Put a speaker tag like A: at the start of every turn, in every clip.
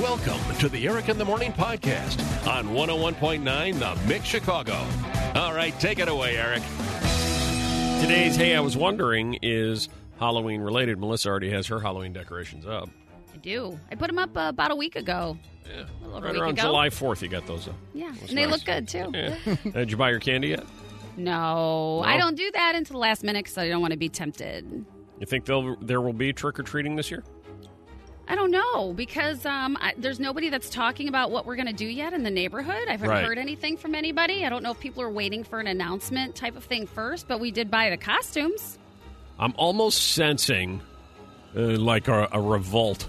A: Welcome to the Eric in the Morning podcast on 101.9 The Mix Chicago. All right, take it away, Eric. Today's Hey, I Was Wondering is Halloween related. Melissa already has her Halloween decorations up.
B: I do. I put them up uh, about a week ago.
A: Yeah.
B: A little over a
A: Right
B: week
A: around
B: ago.
A: July 4th, you got those up.
B: Yeah, and they
A: nice.
B: look good too.
A: Yeah. Uh, Did you buy your candy yet?
B: No, I
A: No?
B: don't do that until the last minute because I don't want to be tempted.
A: You think they'll, there will be trick or treating this year?
B: I don't know because um, I, there's nobody that's talking about what we're going to do yet in the neighborhood. I haven't
A: Right.
B: heard anything from anybody. I don't know if people are waiting for an announcement type of thing first, but we did buy the costumes.
A: I'm almost sensing uh, like a, a revolt,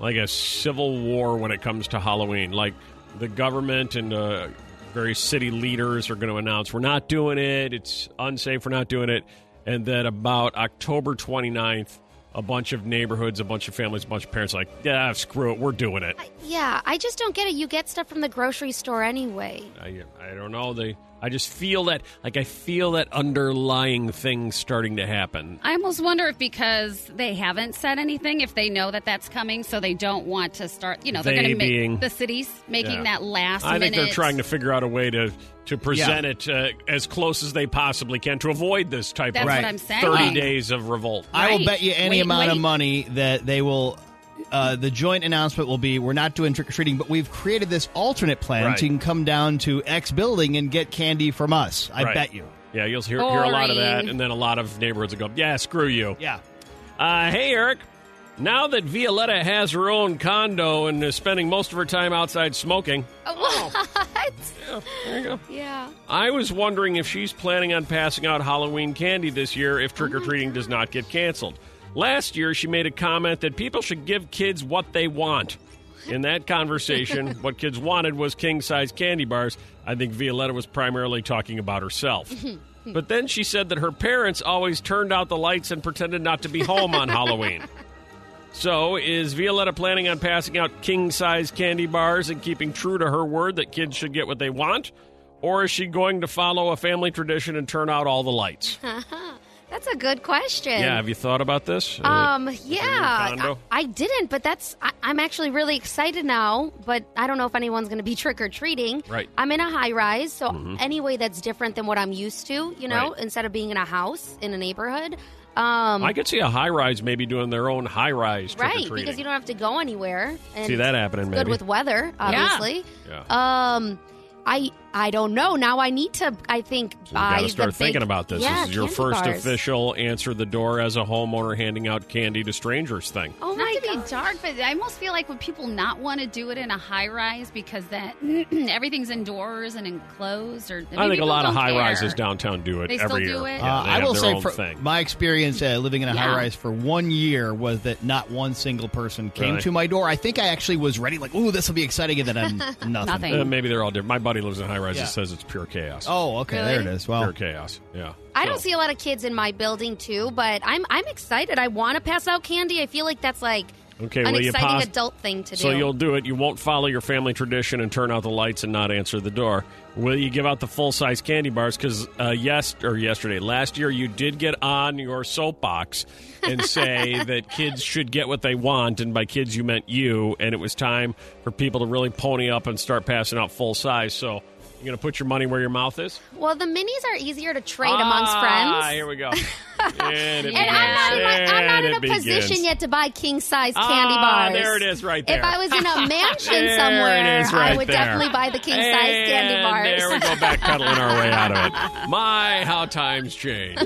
A: like a civil war when it comes to Halloween. Like the government and uh, various city leaders are going to announce we're not doing it. It's unsafe. We're not doing it. And then about October 29th, a bunch of neighborhoods, a bunch of families, a bunch of parents are like, yeah, screw it, we're doing it.
C: Yeah, I just don't get it. You get stuff from the grocery store anyway.
A: I, I don't know. They, I just feel that, like, I feel that underlying thing starting to happen.
B: I almost wonder if because they haven't said anything, if they know that that's coming, so they don't want to start. You know, they're
A: They
B: going to make
A: being-
B: the cities making
A: Yeah.
B: that last.
A: I think they're
B: minute-
A: trying to figure out a way to to present it uh, as close as they possibly can to avoid this type
B: That's
A: of
B: what
D: Right.
B: I'm saying.
A: thirty days of revolt.
D: I
B: Right.
D: will bet you any
B: Wait,
D: amount of
B: wait.
D: money that they will. Uh, the joint announcement will be: We're not doing trick or treating, but we've created this alternate plan,
A: Right.
D: so you can come down to X building and get candy from us. I
A: Right.
D: bet you.
A: Yeah, you'll hear, hear a lot of that,
B: Boring.
A: and then a lot of neighborhoods will go, "Yeah, screw you."
D: Yeah.
A: Uh, hey, Eric. Now that Violetta has her own condo and is spending most of her time outside smoking,
C: What?
A: yeah, there you go.
C: Yeah.
A: I was wondering if she's planning on passing out Halloween candy this year if trick or treating does not get canceled. Last year, she made a comment that people should give kids what they want. In that conversation, what kids wanted was king size candy bars. I think Violetta was primarily talking about herself. but then she said that her parents always turned out the lights and pretended not to be home on Halloween. So, is Violetta planning on passing out king size candy bars and keeping true to her word that kids should get what they want? Or is she going to follow a family tradition and turn out all the lights?
C: That's a good question.
A: yeah, have you thought about this? Uh,
C: Um,
A: your
C: yeah. I,
A: condo?
C: I didn't, but that's. I, I'm actually really excited now, but I don't know if anyone's going to be trick or treating.
A: Right. Mm-hmm.
C: I'm in a high rise, so any way that's different than what I'm used to, you know,
A: Right.
C: instead of being in a house in a neighborhood. Um,
A: I could see a high rise maybe doing their own high rise trick
C: right,
A: or treating.
C: because you don't have to go anywhere. And
A: see that happening,
C: good
A: maybe.
C: with weather, obviously.
A: Yeah.
C: Um, I I don't know. Now I need to. I think
A: So you
C: buy
A: gotta start
C: the
A: thinking
C: big-
A: about this.
C: Yeah,
A: this is your
C: candy
A: first
C: bars.
A: official answer the door as a homeowner handing out candy to strangers thing.
C: Oh
B: Not
C: my
B: to be
C: god!
B: dark, but I almost feel like would people not want to do it in a high rise because that everything's indoors and enclosed? Or
A: I think a lot of high rises downtown do it
B: They still
A: every
B: do
A: year.
B: it?
A: Yeah,
D: Uh,
A: they
D: I
A: have
D: will
A: their
D: say,
A: own
D: for
A: thing.
D: my experience uh, living in a
B: Yeah.
D: high rise for one year was that not one single person came
A: Really?
D: to my door. I think I actually was ready, like, "Ooh, this will be exciting," and then I'm nothing.
B: Nothing.
A: Uh, maybe they're all different. My buddy lives in high rise.
D: Yeah.
A: It says it's pure chaos.
D: Oh, okay, there it
C: Really?
D: is. Well,
A: pure chaos. Yeah.
C: I don't
A: So-
C: see a lot of kids in my building too, but I'm I'm excited. I want to pass out candy. I feel like that's like
A: Okay,
C: an
A: well, you
C: exciting
A: pos-
C: adult thing to do.
A: So you'll do it. You won't follow your family tradition and turn out the lights and not answer the door. Will you give out the full size candy bars? Because uh, yes, or yesterday, last year, you did get on your soapbox and say that kids should get what they want, and by kids you meant you, and it was time for people to really pony up and start passing out full size. So you're going to put your money where your mouth is.
C: well, the minis are easier to trade amongst
A: ah,
C: friends.
A: Here we go. and it
C: and I'm not in,
A: begins.
C: my, I'm not
A: And
C: in a
A: it begins.
C: position yet to buy king size candy
A: Ah,
C: bars.
A: There it is, right there.
C: If I was in a mansion
A: There it
C: somewhere,
A: is right
C: I would
A: there.
C: definitely buy the king size candy
A: And
C: bars.
A: There we go, backpedaling our way out of it. My, how times change.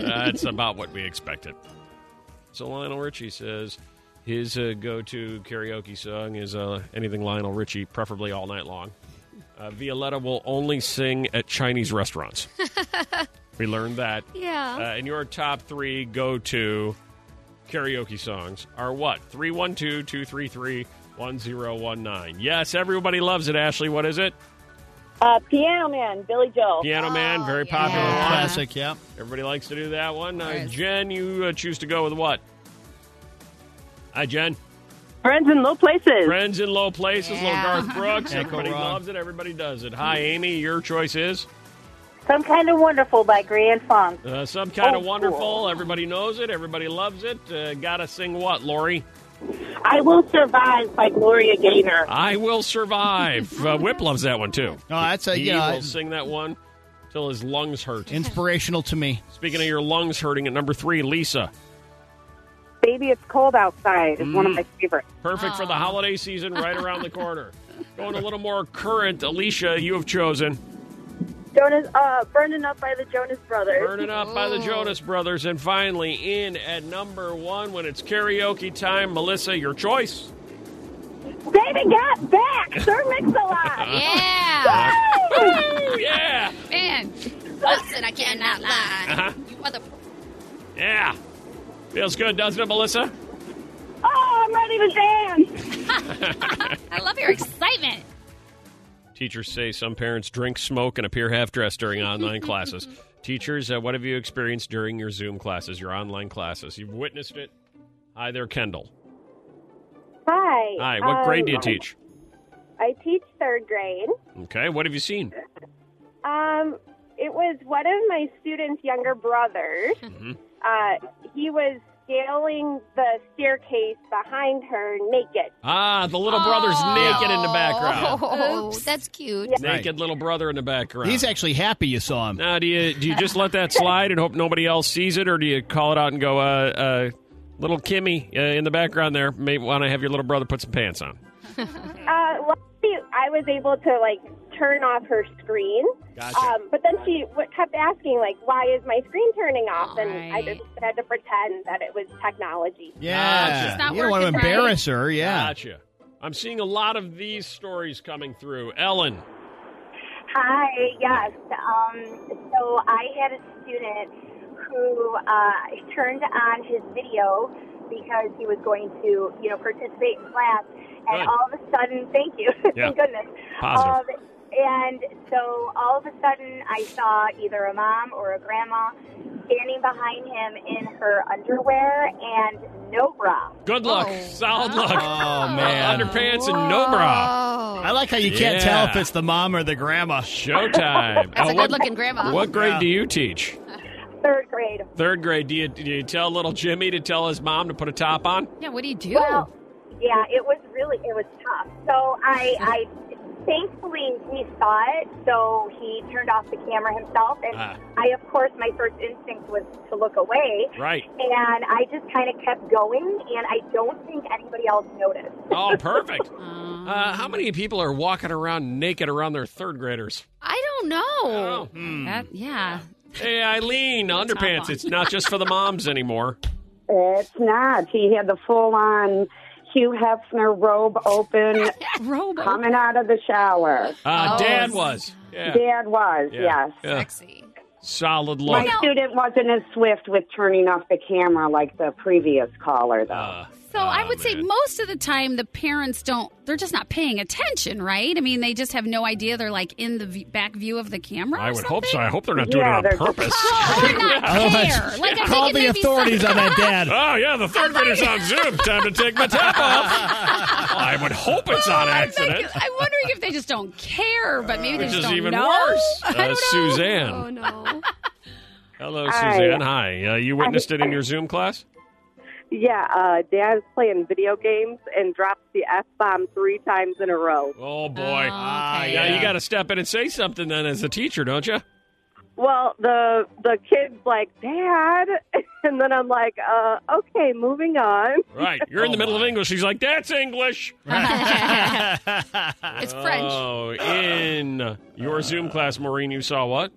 A: That's about what we expected. So Lionel Richie says his uh, go-to karaoke song is uh, anything Lionel Richie, preferably all night long. Uh, Violetta will only sing at Chinese restaurants. we learned that.
C: Yeah.
A: Uh, and your top three go to karaoke songs are what? 312 233 1019. Yes, everybody loves it, Ashley. What is it?
E: Uh, Piano Man, Billy Joel.
A: Piano Man, very
B: Oh, yeah.
A: popular
B: Yeah.
A: one.
D: classic. Yep.
A: Everybody likes to do that one. Uh,
B: Nice.
A: Jen, you uh, choose to go with what? Hi, Jen.
E: Friends in Low Places.
A: Friends in Low Places,
B: Yeah.
A: little Garth Brooks.
D: Can't go
A: Everybody
D: wrong.
A: loves it. Everybody does it. Hi, Amy. Your choice is
E: Some Kind of Wonderful by Grand Funk.
A: uh, Some Kind
E: Oh,
A: of Wonderful.
E: cool.
A: Everybody knows it. Everybody loves it. Uh, gotta sing what, Lori?
E: I Will Survive by Gloria Gaynor.
A: I will survive. Uh, Whip loves that one too.
D: No, that's a
A: he
D: you know
A: will sing that one till his lungs hurt.
D: inspirational to me.
A: Speaking of your lungs hurting, at number three, Lisa.
E: Baby, it's cold outside is one
A: Mm.
E: of my favorites.
A: Perfect for the holiday season right around the corner. Going a little more current, Alicia, you have chosen
E: Jonas, uh, Burning Up by the Jonas Brothers.
A: Burning Up by the Jonas Brothers. And finally, in at number one when it's karaoke time, Melissa, your choice.
E: Baby, got back. Sir Mix-a-Lot.
B: Yeah.
A: Ooh, yeah.
B: Man, listen, I cannot lie.
A: Uh-huh.
B: You mother.
A: Yeah. Feels good, doesn't it, Melissa?
E: oh, I'm ready to dance.
B: I love your excitement.
A: Teachers say some parents drink, smoke, and appear half dressed during online classes. Teachers, uh, what have you experienced during your Zoom classes, your online classes? You've witnessed it. Hi there, Kendall.
E: Hi.
A: Hi, what grade do you teach?
E: Um, I teach third grade.
A: Okay, what have you seen?
E: Um, it was one of my students' younger brothers. Uh, he was scaling the staircase behind her naked.
A: Ah, the little brother's naked in the background.
C: Oh, that's cute.
A: Naked little brother in the background.
D: He's actually happy you saw him.
A: now, do you do you just let that slide and hope nobody else sees it, or do you call it out and go, uh, uh, little Kimmy uh, in the background there, may want to have your little brother put some pants on?
E: Uh, luckily, I was able to like turn off her screen.
A: Gotcha.
E: Um, but then she w- kept asking, like, "Why is my screen turning off?" and I just had to pretend that it was technology.
A: Ah, she's
D: Yeah,
B: not
D: you don't want to
B: working, right?
D: embarrass her. Yeah,
A: Gotcha. I'm seeing a lot of these stories coming through. Ellen.
F: Hi, yes. Um, so I had a student who uh, turned on his video because he was going to, you know, participate in class, and
A: Good.
F: all of a sudden, thank you,
A: Yeah.
F: thank goodness.
C: Uh,
A: Positive.
F: Um, and so all of a sudden, I saw either a mom or a grandma standing behind him in her underwear and no bra.
A: Good luck.
C: Oh.
A: Solid luck.
D: Oh, man.
A: Underpants and no bra.
C: Oh,
D: I like how you can't
A: Yeah.
D: tell if it's the mom or the grandma.
A: Showtime.
C: That's
A: Oh,
C: a good
A: what-
C: looking grandma.
A: What grade
D: Yeah.
A: do you teach?
F: Third grade.
A: Third grade. Do you, do you tell little Jimmy to tell his mom to put a top on?
B: Yeah, what do you do?
F: Well, yeah, it was really it was tough. So I, I thankfully he saw it, so he turned off the camera himself, and
A: Ah.
F: I of course my first instinct was to look away,
A: Right.
F: and I just kind of kept going, and I don't think anybody else noticed.
A: Oh, perfect.
B: Um,
A: Uh, how many people are walking around naked around their third graders?
C: I don't know.
A: Oh.
B: that, yeah.
A: Hey, Eileen, underpants.
B: on.
A: It's not just for the moms anymore.
G: It's not. He had the full on Hugh Hefner robe open
B: Robo.
G: coming out of the shower.
A: Uh,
C: Oh.
A: Dad was. Yeah.
G: Dad was,
A: Yeah.
G: yes.
A: Yeah.
C: Sexy.
A: Solid
G: My
A: look.
G: student wasn't as swift with turning off the camera like the previous caller, though.
A: Uh,
B: So I
A: Oh,
B: would say
A: man.
B: most of the time the parents don't, they're just not paying attention, right? I mean, they just have no idea they're like in the v- back view of the camera. or
A: I would
B: Oh, something.
A: hope so. I hope they're not doing
G: Yeah,
A: it
G: they're-
A: on purpose.
B: Or not care. Like,
D: Call
B: I think it
D: the
B: may be
D: authorities
B: some-
D: on that dad.
A: Oh yeah, the third grader's on Zoom. Time to take my top off. I would hope it's on
B: I'm
A: accident,
B: thinking- I'm wondering if they just don't care, but maybe they
A: which
B: just
A: is
B: don't
A: even
B: know.
A: worse. Uh,
B: I don't know.
A: Suzanne,
C: Oh, no.
A: hello,
G: Hi.
A: Suzanne. Hi. Uh, you witnessed it in your Zoom class.
E: Yeah, uh, Dad's playing video games and drops the f bomb three times in a row.
A: Oh boy.
D: Ah,
B: Oh, okay.
A: Yeah, you got to step in and say something then, as a teacher, don't you?
E: Well, the the kid's like, Dad, and then I'm like, uh, okay, moving on.
A: Right. You're
B: Oh,
A: in the middle of English. She's like, "That's English."
B: It's French.
A: Oh, in your Zoom class, Maureen, you saw what?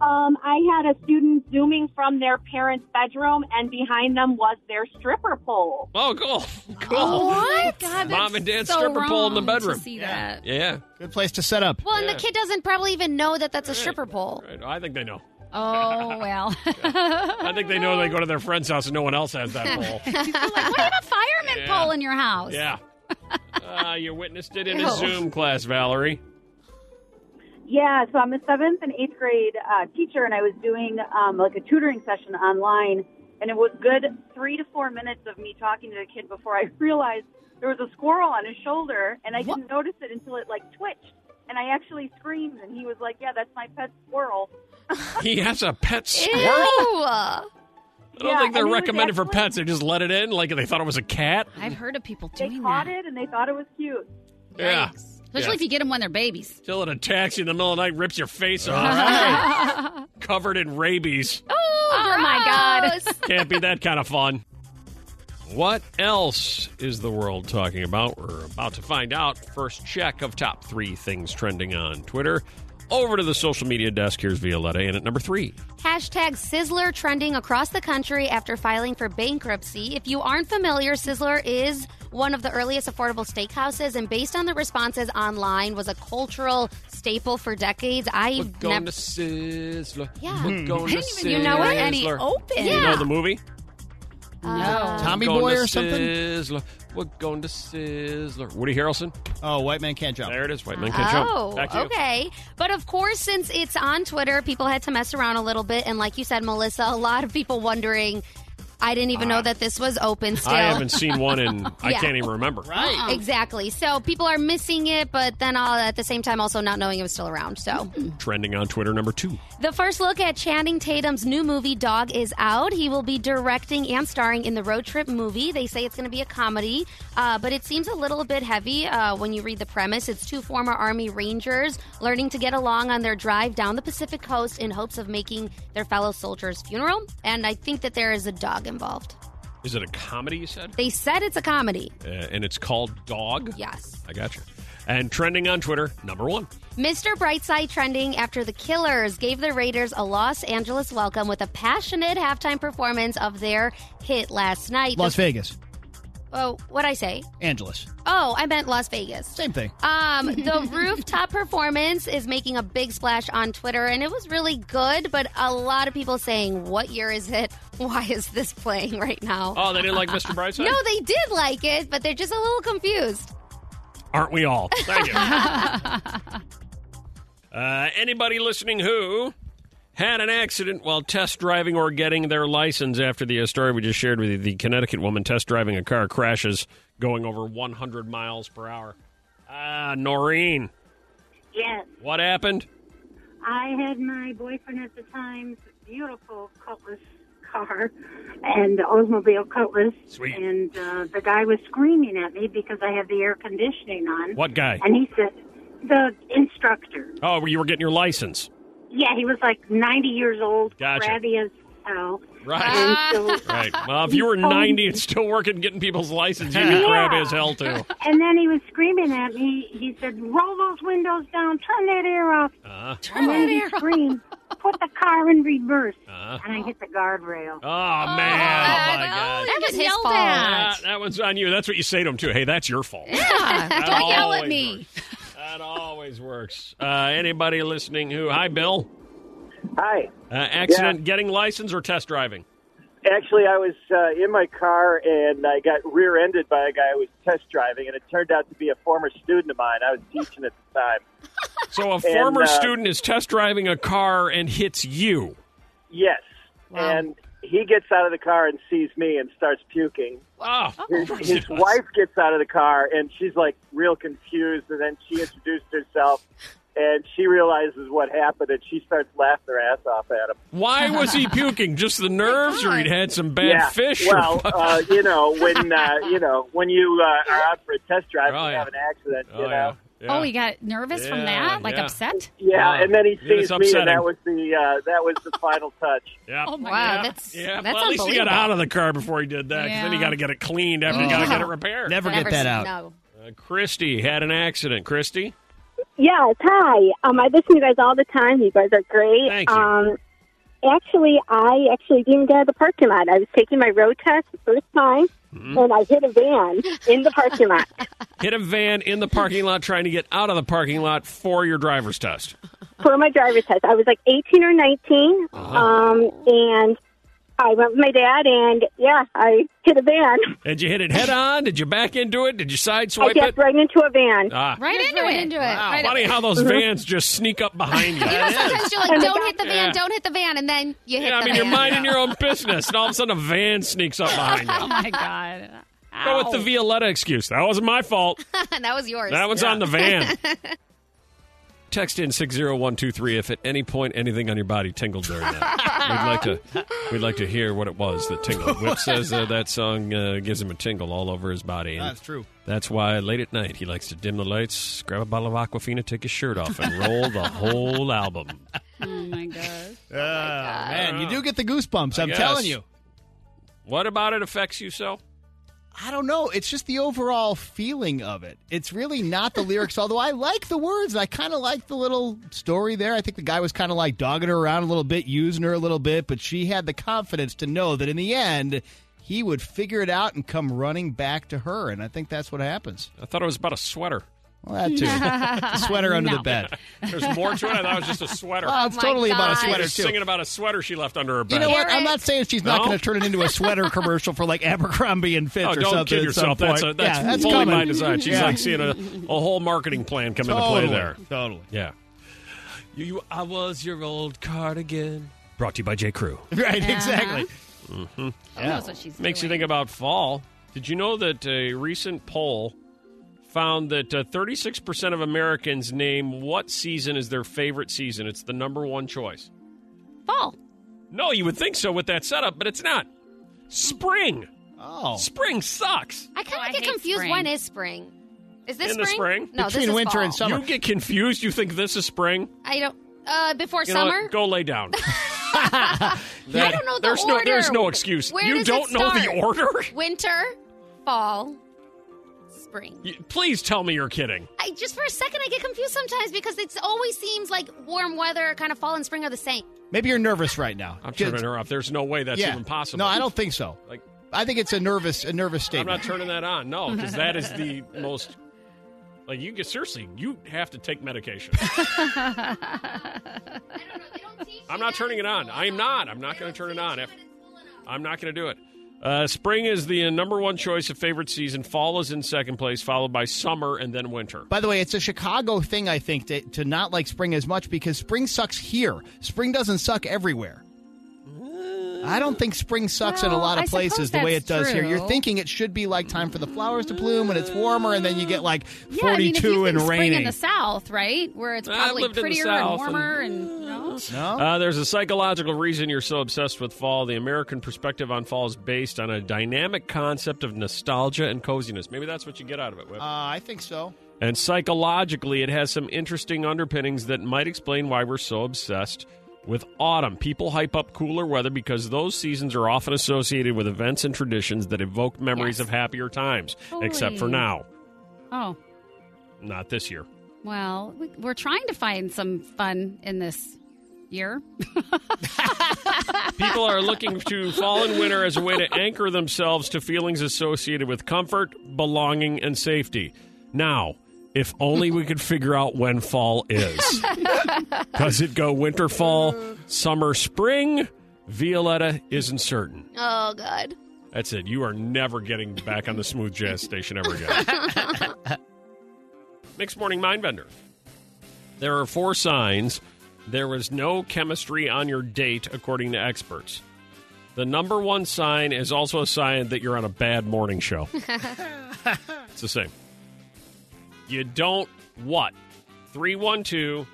H: Um, I had a student zooming from their parents' bedroom, and behind them was their stripper pole.
A: Oh, cool, cool.
C: Oh,
B: What? God, that's
A: Mom and Dad
B: so
A: stripper pole in the
B: wrong
A: bedroom.
B: To see
D: Yeah.
B: that.
A: Yeah.
D: Good place to set up.
C: Well, and
A: Yeah.
C: the kid doesn't probably even know that that's a stripper pole.
A: Right. I think they know.
B: Oh well.
A: I think they know they go to their friend's house and no one else has that pole.
B: like, what have a fireman
A: Yeah.
B: pole in your house?
A: Yeah. Uh, you witnessed it in a
C: Ew.
A: Zoom class, Valerie.
H: Yeah, so I'm a seventh and eighth grade uh, teacher, and I was doing um, like a tutoring session online, and it was good three to four minutes of me talking to the kid before I realized there was a squirrel on his shoulder, and I didn't notice it until it like twitched, and I actually screamed, and he was like, "Yeah, that's my pet squirrel."
A: He has a pet
C: Ew.
A: squirrel. I don't
H: Yeah,
A: think they're
H: and it was
A: recommended for
H: actually-
A: pets. They just let it in like they thought it was a cat.
B: I've heard of people
H: They
B: doing
H: caught
B: that.
H: it and they thought it was cute.
A: Yeah.
B: Yikes. Especially
A: Yeah.
B: if you get them when they're babies.
A: Till it attacks you in the middle of the night, rips your face off. Covered in rabies.
B: Oh my God.
A: Can't be that kind of fun. What else is the world talking about? We're about to find out. First check of top three things trending on Twitter. Over to the social media desk. Here's Violetta in at number three.
C: Hashtag Sizzler trending across the country after filing for bankruptcy. If you aren't familiar, Sizzler is one of the earliest affordable steakhouses, and based on the responses online, was a cultural staple for decades. I never.
A: Sizzler.
C: Yeah. We're
A: going
B: I didn't even know it any
A: oh,
B: open.
A: You know the movie?
D: Tommy
A: Uh, Going
D: Boy
A: to
D: or something?
A: Sizzler. We're going to Sizzler. Woody Harrelson.
D: Oh, White Man Can't Jump.
A: There it is. White man can
C: Oh,
A: jump. Back to you.
C: okay. But of course, since it's on Twitter, people had to mess around a little bit. And like you said, Melissa, a lot of people wondering. I didn't even know that this was open still.
A: I haven't seen one in I
C: Yeah.
A: can't even remember.
D: Right.
C: Exactly. So people are missing it, but then all at the same time also not knowing it was still around. So
A: Trending on Twitter number two.
C: the first look at Channing Tatum's new movie Dog is out. He will be directing and starring in the road trip movie. They say it's going to be a comedy, uh, but it seems a little bit heavy uh, when you read the premise. It's two former Army Rangers learning to get along on their drive down the Pacific coast in hopes of making their fellow soldiers' funeral. And I think that there is a dog involved.
A: Is it a comedy? You said,
C: They said it's a comedy.
A: uh, and it's called Dog.
C: Yes.
A: I got you. And trending on Twitter number one.
C: Mr. Brightside trending after the Killers gave the Raiders a Los Angeles welcome with a passionate halftime performance of their hit last night.
D: Las Vegas.
C: oh, what I say?
D: Angeles.
C: Oh, I meant Las Vegas.
D: Same thing.
C: Um, the rooftop performance is making a big splash on Twitter, and it was really good. But a lot of people saying, "What year is it? Why is this playing right now?"
A: Oh, they didn't like Mr. Brightside.
C: no, they did like it, but they're just a little confused.
A: Aren't we all? Thank you. uh, anybody listening who had an accident while test driving or getting their license after the uh, story we just shared with you, the Connecticut woman test driving a car crashes going over 100 miles per hour. Ah, Noreen,
I: Yes,
A: what happened?
I: I had my boyfriend at the time's beautiful Cutlass car and the Oldsmobile Cutlass.
A: Sweet.
I: And uh, the guy was screaming at me because I had the air conditioning on.
A: What guy?
I: And he said, the instructor.
A: Oh, you were getting your license.
I: Yeah, he was like 90 years old,
A: Gotcha.
I: crabby as hell.
A: Right.
I: And so
A: Right. Well, if you were 90 and still working, getting people's license, you'd be
I: Yeah.
A: crabby as hell, too.
I: And then he was screaming at me. He said, "Roll those windows down. Turn that air off."
A: Uh,
I: Turn and then he screamed, "Put the car in reverse!"
A: Uh.
I: And I hit the guardrail.
A: oh, man. Oh, my God.
B: That was
C: his
B: yelled
C: fault.
A: Uh,
B: at.
A: that one's on you. That's what you say to them, too. Hey, that's your fault.
B: Yeah. Don't yell at
A: always
B: me.
A: works. That always works. Uh, anybody listening who, hi, Bill.
J: Hi.
A: Uh, accident getting license or test driving?
J: Actually, I was uh, in my car and I got rear ended by a guy who was test driving, and it turned out to be a former student of mine. I was teaching at the time.
A: So a former
J: uh,
A: student is test driving a car and hits you.
J: Yes. And he gets out of the car and sees me and starts puking.
A: Oh,
J: His,
A: of course
J: his
A: it does.
J: wife gets out of the car and she's like real confused, and then she introduced herself. And she realizes what happened, and she starts laughing her ass off at him.
A: Why was he puking? Just the nerves, or he'd had some bad
J: yeah.
A: fish? or-
J: Well, uh, you know when uh, you know when you uh, are out for a test drive
A: Oh,
J: and
A: yeah.
J: you have an accident.
A: oh,
J: you know.
A: yeah. Yeah.
B: Oh, he got nervous from
A: Yeah,
B: that? Like
A: yeah.
B: upset?
J: Yeah,
A: Wow.
J: and then he
A: Yeah, that's
J: sees me,
A: upsetting.
J: and that was the uh, that was the final touch.
A: Yeah.
B: Oh, my
C: Wow,
A: Yeah.
C: that's-
A: yeah.
C: that's
A: well, at least he got
C: unbelievable.
A: out of the car before he did that. 'cause Then he
B: Yeah.
A: got to get it cleaned after he got to get it repaired.
D: Never get
C: Never
D: that
C: say
D: out.
C: no.
A: Uh, Christy had an accident. Christy,
E: Yes, hi. Um, I listen to you guys all the time. You guys are great.
A: Thank you.
E: Um, actually, I actually didn't get out of the parking lot. I was taking my road test the first time,
A: Mm-hmm.
E: and I hit a van in the parking lot.
A: hit a van in the parking lot trying to get out of the parking lot for your driver's test.
E: for my driver's test. I was like 18 or 19,
A: Uh-huh.
E: um, and I went with my dad, and yeah, I hit a van.
A: Did you hit it head on? Did you back into it? Did you sideswipe
E: I
A: it?
E: jumped right into a van.
A: Ah,
B: Right
C: Just
B: into
C: right
B: it.
C: into it.
B: Right
A: funny how those vans just sneak up behind you.
C: Sometimes you're like, don't hit the van,
A: Yeah.
C: don't hit the van, and then you hit
A: Yeah, I
C: the
A: mean, you're
C: van.
A: minding your own business, and all of a sudden a van sneaks up behind
B: Oh,
A: you.
B: my God.
A: Go with the Violetta excuse. That wasn't my fault.
C: that was yours.
A: That one's on the van. Text in 60123 if at any point anything on your body tingled during that. we'd, like to, we'd like to hear what it was that tingled. Whip says uh, that song uh, gives him a tingle all over his body. and
D: That's true.
A: That's why late at night he likes to dim the lights, grab a bottle of Aquafina, take his shirt off, and roll the whole album.
B: Oh my gosh.
D: Oh, man, you do get the goosebumps.
A: I
D: I'm
A: guess.
D: telling you.
A: What about it affects you so?
D: I don't know. It's just the overall feeling of it. It's really not the lyrics, although I like the words. I kind of like the little story there. I think the guy was kind of like dogging her around a little bit, using her a little bit, but she had the confidence to know that in the end, he would figure it out and come running back to her. And I think that's what happens.
A: I thought it was about a sweater.
D: Well, that too. The sweater under
B: No.
D: the bed.
A: There's more to it. I thought it was just a sweater.
D: Oh, it's
C: my
D: totally about a
C: God.
D: sweater,
A: She's
D: too.
A: singing about a sweater she left under her bed.
D: You know what? I'm not
C: Eric.
D: saying she's not
A: No?
D: going to turn it into a sweater commercial for like Abercrombie and Fitch
A: Oh,
D: or
A: don't
D: something.
A: kid
D: at some
A: yourself. That's, a,
D: point.
A: that's,
D: yeah,
A: fully
D: coming.
A: my design. She's
D: Yeah.
A: like seeing a, a whole marketing plan come
D: totally,
A: into play there.
D: Totally.
A: Yeah. You, you- I was your old cardigan. Brought to you by J. Crew.
D: Right,
B: Uh-huh.
D: exactly. Mm-hmm.
B: Who knows what she's
A: Makes you
B: doing.
A: think about fall. Did you know that a recent poll found that uh, 36% of Americans name what season is their favorite season? It's the number one choice.
B: fall.
A: No, you would think so with that setup, but it's not. Spring.
D: Oh.
A: Spring sucks.
C: I kind
B: Oh,
C: of
B: I
C: get
B: hate
C: confused.
B: spring.
C: When is spring? Is this
A: In the spring?
C: No, this
D: Between
C: is
D: winter
C: fall.
D: and summer.
A: You get confused. You think this is spring?
C: I don't. Uh, before
A: You know what?
C: summer.
A: Go lay down.
C: I don't know the
A: there's
C: order.
A: No, there's no excuse.
C: Where
A: you
C: does
A: don't
C: it
A: know the
C: start?
A: order?
C: Winter, fall, spring.
A: You- Please tell me you're kidding.
C: I just for a second I get confused sometimes because it always seems like warm weather, kind of fall and spring are the same.
D: Maybe you're nervous right now.
A: I'm turning her off. There's no way that's
D: yeah.
A: even possible.
D: No, I don't think so.
A: Like,
D: I think it's a nervous, a nervous
A: I'm
D: statement.
A: not turning that on. No, because that is the most. Like you get seriously, you have to take medication. I'm not turning it on. I am not. I'm not going to turn it on. If- I'm not going to do it. Uh, spring is the uh, number one choice of favorite season. Fall is in second place, followed by summer and then winter.
D: By the way, it's a Chicago thing, I think, to, to not like spring as much because spring sucks here. Spring doesn't suck everywhere.
A: Uh,
D: I don't think spring sucks in a
B: Well,
D: lot
B: I
D: of
B: suppose
D: places the way it
B: that's
D: does here. You're
B: true.
D: thinking it should be like time for the flowers to bloom when it's warmer, and then you get like
B: Yeah,
D: 42
B: I mean, if you think
D: and
B: spring
D: raining.
B: in the South, right, where it's
A: I've
B: probably
A: lived in the
B: prettier
A: South
B: and warmer
A: and-
B: and, no?
D: no?
A: Uh, there's a psychological reason you're so obsessed with fall. The American perspective on fall is based on a dynamic concept of nostalgia and coziness. Maybe that's what you get out of it. Whip.
D: Uh, I think so.
A: and psychologically, it has some interesting underpinnings that might explain why we're so obsessed with autumn. People hype up cooler weather because those seasons are often associated with events and traditions that evoke memories
B: Yes.
A: of happier times, except for
B: Totally.
A: now.
B: Oh,
A: Not this year.
B: well, we, we're trying to find some fun in this year.
A: People are looking to fall and winter as a way to anchor themselves to feelings associated with comfort, belonging, and safety. Now, if only we could figure out when fall is. Does it go winter, fall, summer, spring? Violetta isn't certain.
C: Oh god.
A: That's it. You are never getting back on the smooth jazz station ever again. Next morning, mind bender. There are four signs there was no chemistry on your date, according to experts. The number one sign is also a sign that you're on a bad morning show. it's the same. You don't what? 312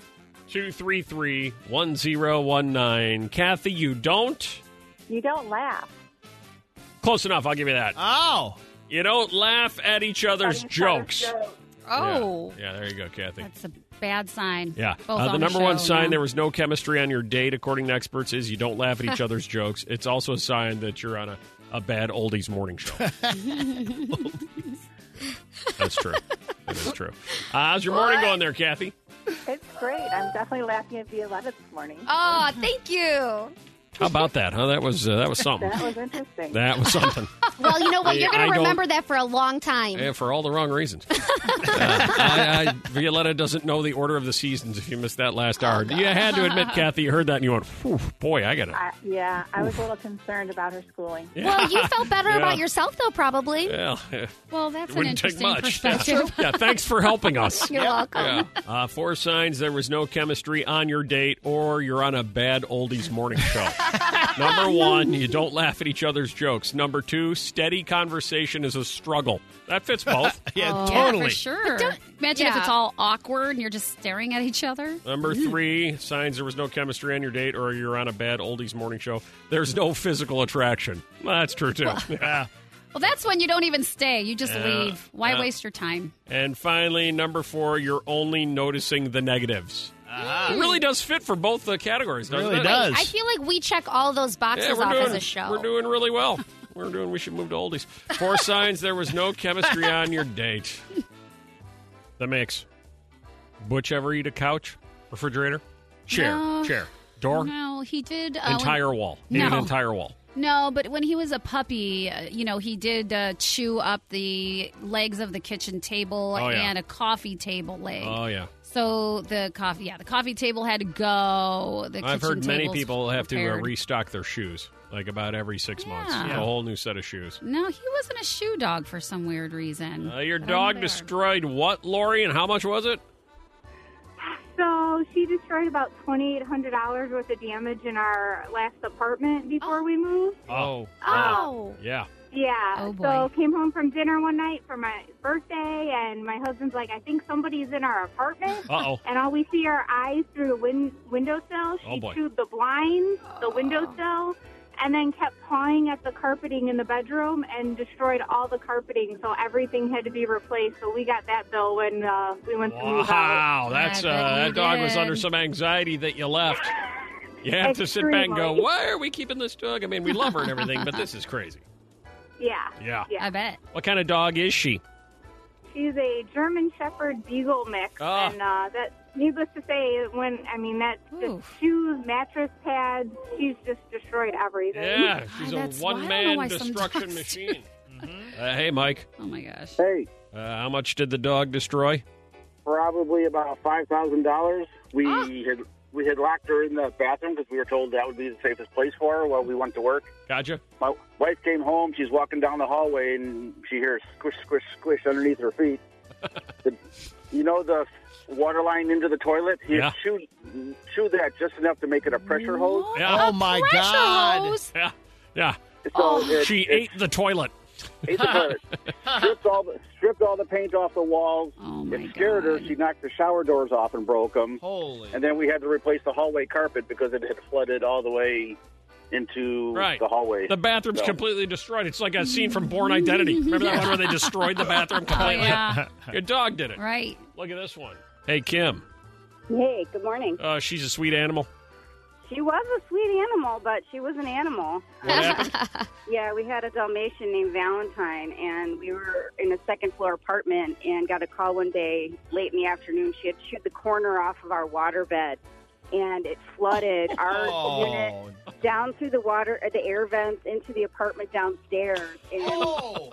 A: 233 1019. Kathy, you don't?
I: You don't laugh.
A: Close enough. I'll give you that.
D: Oh.
A: You don't laugh at each other's jokes.
B: Oh,
A: Yeah. yeah, there you go, Kathy.
B: that's a bad sign.
A: yeah.
B: Both
A: Uh, the
B: on
A: number
B: show,
A: one sign
B: no?
A: there was no chemistry on your date, according to experts, is you don't laugh at each other's jokes. It's also a sign that you're on a, a bad oldies morning show. That's true. That is true. Uh, how's your morning going there, Kathy?
I: It's great. I'm definitely laughing at Violetta this morning.
C: Oh, thank you.
A: How about that? Huh? That was uh, that was something.
I: That was interesting.
A: That was something.
C: Well, you know what?
A: Hey,
C: You're
A: I
C: gonna
A: don't-
C: remember that for a long time.
A: Yeah, for all the wrong reasons. Uh, I, I, Violetta doesn't know the order of the seasons. If you missed that last hour, you had to admit, Kathy, you heard that and you went, "Phew, "Boy, I got it."
I: I, Uh, yeah, I was a little concerned about her schooling.
C: Well, you felt better
A: Yeah.
C: about yourself though, probably.
A: Well, it
B: Well, that's an
A: wouldn't take
B: interesting
A: much. Yeah.
B: perspective.
A: yeah, thanks for helping us.
C: You're welcome.
A: Yeah. Uh, four signs there was no chemistry on your date, or you're on a bad oldies morning show. Number one, you don't laugh at each other's jokes. Number two, steady conversation is a struggle. That fits both.
D: yeah,
B: Oh. for sure. Imagine if
C: Yeah.
B: it's all awkward and you're just staring at each other.
A: Number three, signs there was no chemistry on your date or you're on a bad oldies morning show. There's no physical attraction. Well, that's true, too. Yeah.
B: Well, that's when you don't even stay. You just
A: Yeah,
B: leave. Why
A: yeah.
B: waste your time?
A: And finally, number four, you're only noticing the negatives. It really does fit for both the categories, doesn't
D: Really
A: it?
D: does.
C: I feel like we check all those boxes
A: Yeah, we're
C: off
A: doing,
C: as a show.
A: We're doing really well. We're doing, we should move to oldies. Four signs there was no chemistry on your date. The mix. Butch ever eat a couch, refrigerator, chair,
B: No.
A: chair, door,
B: No, he did. Uh, when-
A: entire wall.
B: No.
A: Ate an entire wall.
B: no, but when he was a puppy, uh, you know, he did uh, chew up the legs of the kitchen table
A: Oh, yeah.
B: and a coffee table leg.
A: Oh, yeah.
B: so the coffee, yeah, the coffee table had to go. The
A: I've
B: kitchen
A: heard many
B: tables
A: people have to uh,
B: prepared.
A: restock their shoes, like about every six months.
B: Yeah.
A: A whole new set of shoes.
B: no, he wasn't a shoe dog for some weird reason.
A: Uh, your
B: I don't know
A: dog
B: there.
A: destroyed what, Lori, and how much was it?
I: So she destroyed about twenty eight hundred dollars worth of damage in our last apartment before we moved.
A: Oh.
C: oh.
A: Yeah.
I: Yeah.
B: Oh, boy.
I: So came home from dinner one night for my birthday, and my husband's like, "I think somebody's in our apartment."
A: Uh oh.
I: And all we see are eyes through the win- windowsill. She
A: Oh, boy.
I: chewed the blinds,
B: Oh.
I: the windowsill, and then kept pawing at the carpeting in the bedroom and destroyed all the carpeting. So everything had to be replaced. So we got that bill when uh, we went to move out.
A: Wow, that's uh,
B: I bet
A: that
B: you
A: dog was
B: did.
A: under some anxiety that you left. You have to sit back and go,
I: Extremely.
A: why are we keeping this dog? I mean, we love her and everything, but this is crazy.
I: Yeah.
A: Yeah.
I: Yeah.
B: I bet.
A: What kind of dog is she?
I: She's a German Shepherd Beagle mix,
A: Ah.
I: and uh, that, needless to say, when I mean that, the
B: Oof.
I: shoes, mattress pads, she's just destroyed everything.
A: Yeah, she's a
B: that's why I don't
A: one
B: know
A: man
B: why some
A: destruction
B: dogs-
A: machine. uh, hey, Mike,
B: Oh my gosh.
J: Hey,
A: uh, how much did the dog destroy?
J: probably about five thousand dollars. We had we had locked her in the bathroom because we were told that would be the safest place for her while we went to work.
A: Gotcha.
J: My wife came home. She's walking down the hallway and she hears squish, squish, squish underneath her feet. the, you know the water line into the toilet. He
A: Yeah.
J: chewed chewed that just enough to make it a pressure hose.
A: Yeah.
D: Oh, my
B: Pressure
D: God.
B: hose.
A: Yeah. Yeah.
J: So it-
A: Oh, She
J: it
A: ate the toilet.
J: ate the toilet, stripped all the stripped all the paint off the walls.
B: Oh, my
J: it scared
B: God.
J: her. She knocked the shower doors off and broke them.
D: Holy.
J: And then we had to replace the hallway carpet because it had flooded all the way into
A: Right.
J: the hallway.
A: The bathroom's
J: So-
A: completely destroyed. It's like a scene from Born Identity. Remember that one where they destroyed the bathroom completely?
B: yeah.
A: Your dog did it.
B: Right.
A: Look at this one. Hey, Kim.
G: Hey, good morning.
A: Uh, she's a sweet animal.
G: She was a sweet animal, but she was an animal.
A: What happened?
G: Yeah, we had a Dalmatian named Valentine, and we were in a second floor apartment and got a call one day late in the afternoon. She had chewed the corner off of our waterbed, and it flooded our unit
D: Oh.
G: down through the water, uh, the air vents into the apartment downstairs. And
D: Oh.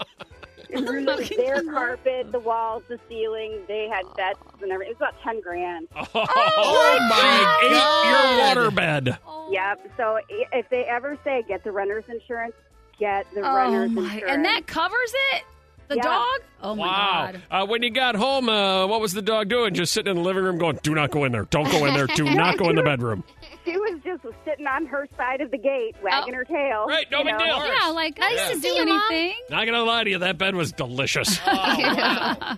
G: their carpet, the walls, the ceiling, they had
A: Ah.
G: beds and everything. It was about 10 grand.
A: Oh,
D: my
A: she
D: God.
A: ate your waterbed.
C: Oh,
G: Yep. So i- if they ever say get the renter's insurance, get the
B: Oh
G: renter's
B: my!
G: insurance.
B: And that covers it. The
G: Yeah.
B: dog. Oh my
A: wow.
B: god.
A: Uh, when you got home, uh, what was the dog doing? Just sitting in the living room going, do not go in there. Don't go in there. Do not go in the bedroom.
G: she was just sitting on her side of the gate, wagging her tail.
A: Right, no
G: you
A: big
G: know.
A: deal.
B: Yeah, like I
A: Yeah.
B: used to do
C: See ya, Mom.
B: anything.
A: Not going to lie to you, that bed was delicious. Ah,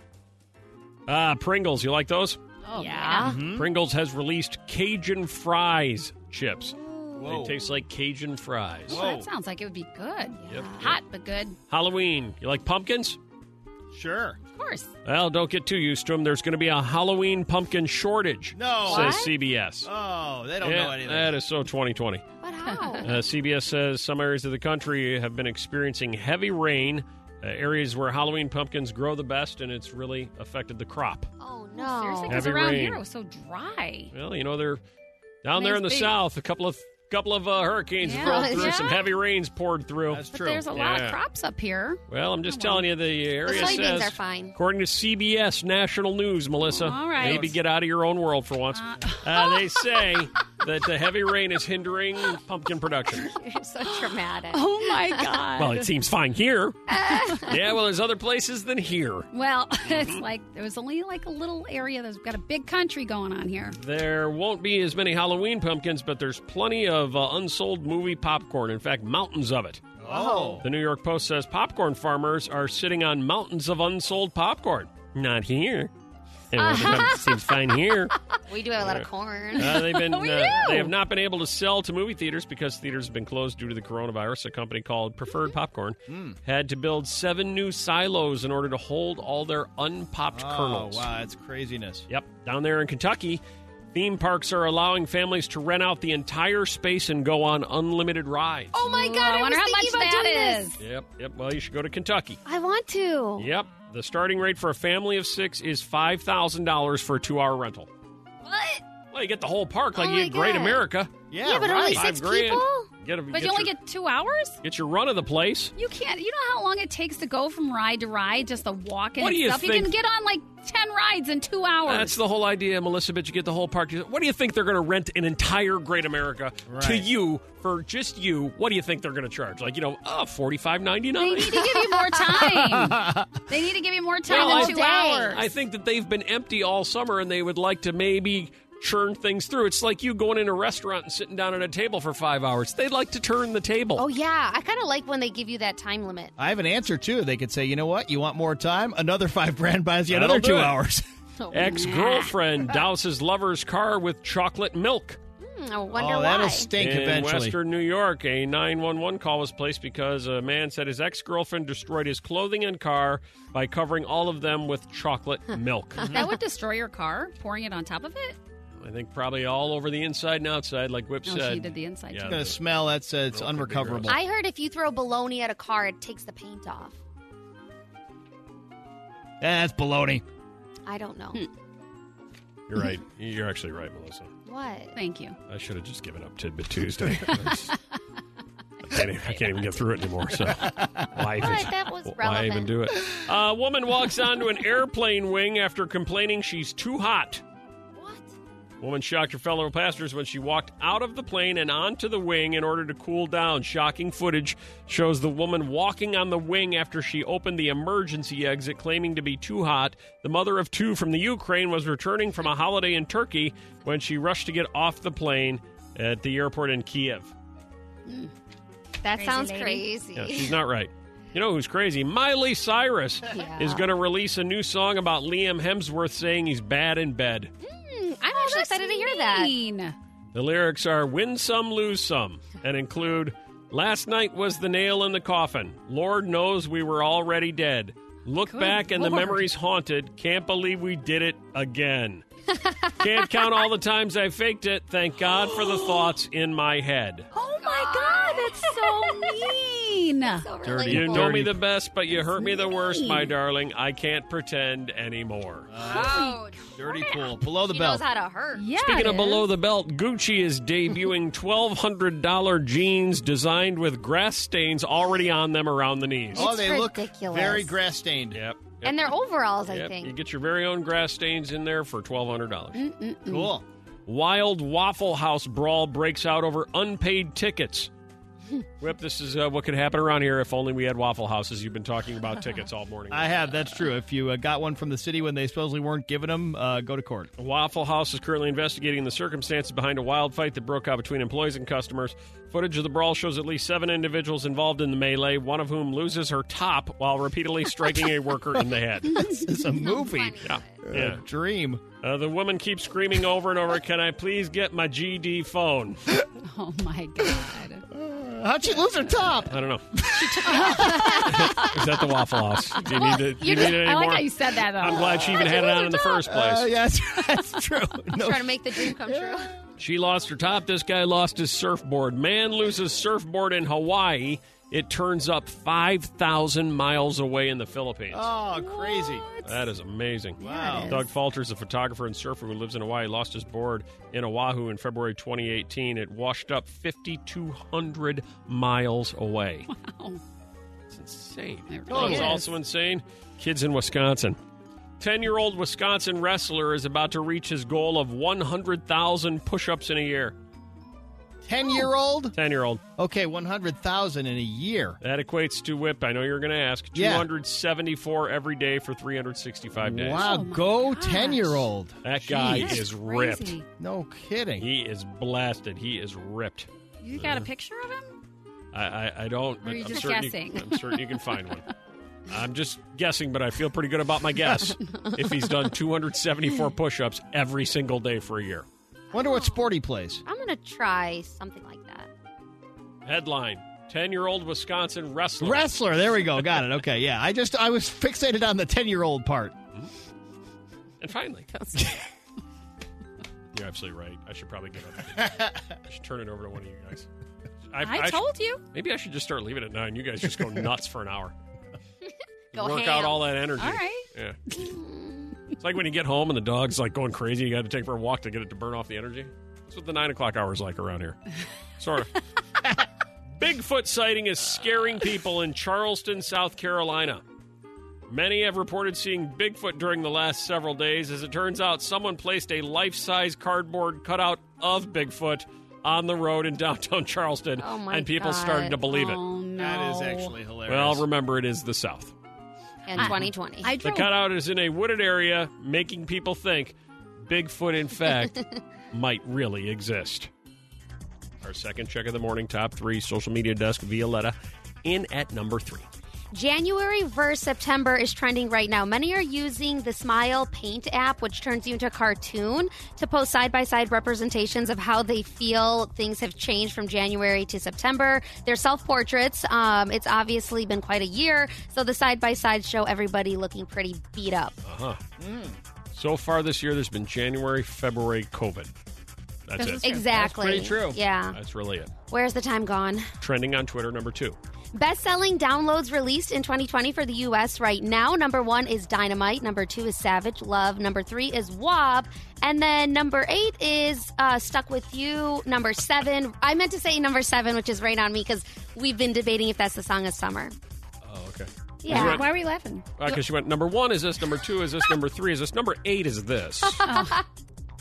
A: Pringles. You like those?
B: Oh
C: Yeah.
D: Hmm?
A: Pringles has released Cajun fries chips.
D: Whoa.
A: They taste like Cajun fries.
B: Well, that sounds like it would be good.
A: Oh. Yep.
B: Hot but good.
A: Halloween. You like pumpkins?
D: Sure.
B: Of course.
A: Well, don't get too used to them. There's going to be a Halloween pumpkin shortage,
D: No.
A: says CBS.
D: Oh, they don't know
A: Yeah,
D: anything.
A: that is so 2020.
C: But how?
A: Uh, CBS says some areas of the country have been experiencing heavy rain, uh, areas where Halloween pumpkins grow the best, and it's really affected the crop.
C: oh no.
B: Seriously, because
A: Heavy
B: around
A: rain.
B: here it was so dry.
A: Well, you know they're down there in the
B: Nice beach.
A: south. A couple of couple of uh, hurricanes
B: Yeah.
A: rolled through. Some
B: Yeah.
A: heavy rains poured through.
D: That's
B: But
D: true.
B: there's a lot
A: Yeah.
B: of crops up here.
A: well, I'm just
B: Oh,
A: telling you, the
C: the
A: area
C: soybeans
A: says,
C: are fine.
A: according to CBS National News, Melissa,
B: All right.
A: maybe get out of your own world for once.
B: Uh,
A: Uh, they say that the heavy rain is hindering pumpkin production.
C: You're so dramatic.
B: Oh my god.
A: Well, it seems fine here. yeah, well, there's other places than here.
B: Well,
A: Mm-hmm.
B: it's like there was only like a little area. There's got a big country going on here.
A: There won't be as many Halloween pumpkins, but there's plenty of uh, unsold movie popcorn. In fact, mountains of it.
D: Oh.
A: The New York Post says popcorn farmers are sitting on mountains of unsold popcorn. Not here.
D: Uh-huh.
A: It seems fine here.
C: We do have a lot of corn.
A: Uh, they've been
B: We
A: uh,
B: do.
A: they have not been able to sell to movie theaters because theaters have been closed due to the coronavirus. A company called Preferred
D: Mm-hmm.
A: Popcorn
D: Mm.
A: had to build seven new silos in order to hold all their unpopped
D: Oh, wow,
A: kernels.
D: that's craziness.
A: Yep, down there in Kentucky, theme parks are allowing families to rent out the entire space and go on unlimited rides.
C: oh my
B: Ooh,
C: god! I,
B: I wonder
C: was
B: how much
C: thinking about
B: that
C: doing this.
B: is.
A: Yep, yep. Well, you should go to Kentucky.
C: I want to.
A: Yep. The starting rate for a family of six is five thousand dollars for a two-hour rental.
C: What?
A: Well, you get the whole park, like
C: Oh
A: you
C: my
A: get Great
C: God.
A: America.
D: Yeah,
C: Yeah, but
D: right.
C: only six
A: Five grand.
C: people.
A: Get a,
B: But you only
A: your,
B: get two hours.
A: get your run of the place.
B: You can't. You know how long it takes to go from ride to ride, just the walking
A: What
B: and
A: do you
B: stuff. You
A: think-
B: can get on like ten rides in two hours.
A: That's the whole idea, Melissa. But you get the whole park. What do you think they're going to rent an entire Great America to
D: Right.
A: you for just you? What do you think they're going to charge? Like you know, uh, forty five ninety
B: they
A: nine.
B: need to give you more time. they need to give you more time
A: Well,
B: than
A: I-
B: two
C: Day.
B: hours.
A: I think that they've been empty all summer, and they would like to maybe churn things through. It's like you going in a restaurant and sitting down at a table for five hours. They'd like to turn the table.
C: Oh yeah, I kind of like when they give you that time limit.
D: I have an answer too. They could say, you know what? You want more time? Another five grand buys you
A: That'll
D: another
A: do
D: two
A: it.
D: hours.
A: Ex girlfriend douses lover's car with chocolate milk.
C: Hmm, I wonder
D: oh,
C: why.
D: that'll stink
A: in
D: eventually.
A: Western New York, a 911 call was placed because a man said his ex girlfriend destroyed his clothing and car by covering all of them with chocolate milk.
B: that would destroy your car, pouring it on top of it.
A: I think probably all over the inside and outside, like Whip
B: No,
A: said.
B: she did the inside.
A: Yeah.
B: too.
D: It's gonna smell. That's uh, it's
A: Milk would be
D: unrecoverable.
C: I heard if you throw bologna at a car, it takes the paint off.
D: That's baloney.
C: I don't know
A: Hmm. You're right. You're actually right, Melissa.
C: what.
B: Thank you.
A: I should have just given up Tidbit Tuesday. I can't, even, I can't even get through it anymore. So why even,
C: But that was
A: why
C: relevant.
A: even do it? A woman walks onto an airplane wing after complaining she's too hot.
C: What?
A: Woman shocked her fellow passengers when she walked out of the plane and onto the wing in order to cool down. Shocking footage shows the woman walking on the wing after she opened the emergency exit, claiming to be too hot. The mother of two from the Ukraine was returning from a holiday in Turkey when she rushed to get off the plane at the airport in Kiev.
C: That
B: Crazy
C: sounds
B: lady.
C: crazy.
A: Yeah, she's not right. You know who's crazy? Miley Cyrus
C: Yeah.
A: is going to release a new song about Liam Hemsworth saying he's bad in bed.
C: Hmm, I'm actually excited to hear that.
B: Mean.
A: The lyrics are win some, lose some, and include Last night was the nail in the coffin. Lord knows we were already dead. Look back and the
B: Lord.
A: memories haunted. Can't believe we did it again. Can't count all the times I faked it. Thank God for the thoughts in my head.
B: Oh my god, that's so mean.
C: So
D: Dirty.
A: You
C: relatable.
A: know me
D: Dirty.
A: the best, but you hurt me the worst, my darling. I can't pretend anymore.
C: Wow.
D: Dirty pool below the
C: She knows
D: belt.
C: how to hurt.
B: Yeah.
A: Speaking
B: it
A: of below
B: is.
A: the belt, Gucci is debuting $1,200 jeans designed with grass stains already on them around the knees.
D: oh,
C: It's
D: they look
C: ridiculous.
D: very grass stained.
A: Yep. yep,
C: And their overalls, I
A: yep. You
C: think.
A: get your very own grass stains in there for $1,200.
D: Cool.
A: Wild Waffle House brawl breaks out over unpaid tickets. Whip, this is uh, what could happen around here if only we had Waffle Houses. You've been talking about tickets all morning.
D: I have. That's true. If you uh, got one from the city when they supposedly weren't giving them, uh, go to court.
A: Waffle House is currently investigating the circumstances behind a wild fight that broke out between employees and customers. Footage of the brawl shows at least seven individuals involved in the melee, one of whom loses her top while repeatedly striking a worker in the head.
D: this is a movie.
A: Yeah.
D: A
A: yeah.
D: dream.
A: Uh, the woman keeps screaming over and over, Can I please get my GD phone?
B: Oh my god.
D: Uh, how'd she lose her top?
A: I don't know. is that the Waffle House? Do you need, to, do you need it
B: I
A: anymore?
B: like how you said that though.
A: I'm glad she even had it on in the first place.
D: Uh, yes, that's true. No.
C: Trying to make the dream come true.
A: She lost her top. This guy lost his surfboard. Man loses surfboard in Hawaii. It turns up 5,000 miles away in the Philippines.
D: Oh, crazy.
A: That is amazing.
D: Wow.
B: Yes.
A: Doug Falters, a photographer and surfer who lives in Hawaii, lost his board in Oahu in February 2018. It washed up 5,200 miles away.
B: Wow.
A: It's insane.
B: It
A: You know what's
B: really is.
A: also insane? Kids in Wisconsin. 10 year old Wisconsin wrestler is about to reach his goal of 100,000 push ups in a year.
D: Ten year old?
A: 10 year old.
D: Okay, 100,000 in a year.
A: That equates to whip. I know you're going to ask.
D: Yeah.
A: 274 every day for 365 days.
D: Wow, go 10 year old.
A: That guy
B: That's
A: is ripped.
B: crazy.
D: No kidding.
A: He is blasted. He is ripped.
B: You got a picture of him?
A: I, I, I don't.
B: Or are you
A: I'm
B: just
A: certain
B: guessing?
A: You, I'm certain you can find one. I'm just guessing, but I feel pretty good about my guess. if he's done 274 push-ups every single day for a year.
D: Wonder what sport he plays.
C: I'm gonna try something like that.
A: Headline: Ten-year-old Wisconsin wrestler.
D: Wrestler. There we go. Got it. Okay. Yeah. I just I was fixated on the ten year old part.
A: and finally, you're absolutely right. I should probably get up. I should turn it over to one of you guys.
B: I,
A: should-
B: told you.
A: Maybe I should just start leaving at nine. You guys just go nuts for an hour.
C: Go
A: Work
C: ham.
A: out all that energy.
B: All right.
A: Yeah. it's like when you get home and the dog's like going crazy. You got to take for a walk to get it to burn off the energy. That's what the nine o'clock hour is like around here. Sort of. Bigfoot sighting is scaring people in Charleston, South Carolina. Many have reported seeing Bigfoot during the last several days. As it turns out, someone placed a life size cardboard cutout of Bigfoot on the road in downtown Charleston,
C: Oh, my
A: and people
C: God.
A: started to believe it.
B: Oh, no.
D: hilarious.
A: Well, remember, it is the South.
C: in 2020.
B: I
A: The
B: drove.
A: cutout is in a wooded area, making people think Bigfoot, in fact, might really exist. Our second check of the morning, top three, social media desk, Violetta, in at number three.
C: January versus September is trending right now. Many are using the Smile Paint app, which turns you into a cartoon, to post side by side representations of how they feel things have changed from January to September. They're self portraits. Um, it's obviously been quite a year, so the side by side show everybody looking pretty beat up.
A: So far this year, there's been January, February, COVID. That's it.
C: Exactly.
D: That's pretty true.
C: Yeah.
A: That's really it.
C: Where's the time gone?
A: Trending on Twitter, number two.
C: Best selling downloads released in 2020 for the US right now. Number one is Dynamite. Number two is Savage Love. Number three is WAP. And then number eight is uh, Stuck With You. Number seven, I meant to say number seven, which is Rain on Me because we've been debating if that's the song of summer.
A: Oh, okay.
C: Yeah.
A: Because
B: Why are you laughing?
A: she went, number one is this, number two is this, number three is this, number eight is this.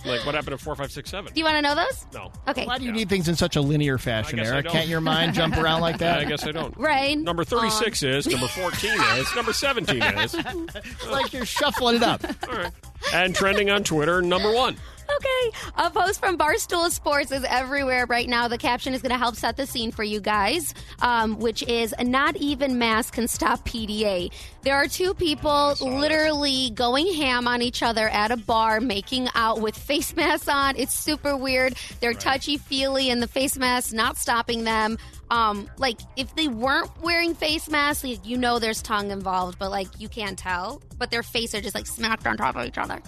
A: like, what happened to four, five, six, seven?
C: Do you want to know those?
A: No.
C: Okay.
D: Why do you need things in such a linear fashion,
A: I guess I
D: Eric?
A: don't.
D: Can't your mind jump around like that?
A: I guess I don't.
C: Rain.
A: Number 36 is, number 14 is, number 17 is.
D: It's like you're shuffling it up.
A: All right. And trending on Twitter, number one.
C: Okay. A post from Barstool Sports is everywhere right now. The caption is going to help set the scene for you guys, um, which is not even mass can stop PDA. There are two people literally going ham on each other at a bar, making out with face masks on. It's super weird. They're touchy feely, and the face mask not stopping them. Um, like if they weren't wearing face masks, like, you know there's tongue involved, but like you can't tell. But their face are just like smacked on top of each other.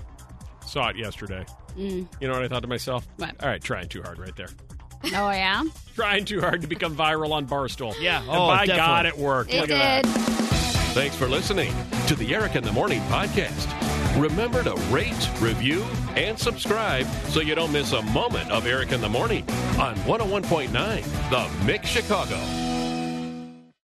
A: Saw it yesterday. You know what I thought to myself?
B: What?
A: All right, trying too hard right there.
B: Oh, yeah?
A: Trying too hard to become viral on Barstool.
D: Yeah.
A: And
D: Oh,
A: by
D: definitely.
A: God, it worked.
C: It
A: Look
C: did.
A: at that.
K: Thanks for listening to the Eric in the Morning podcast. Remember to rate, review, and subscribe so
A: oh
K: you don't miss a moment of Eric in the Morning on 101.9 The Mix Chicago.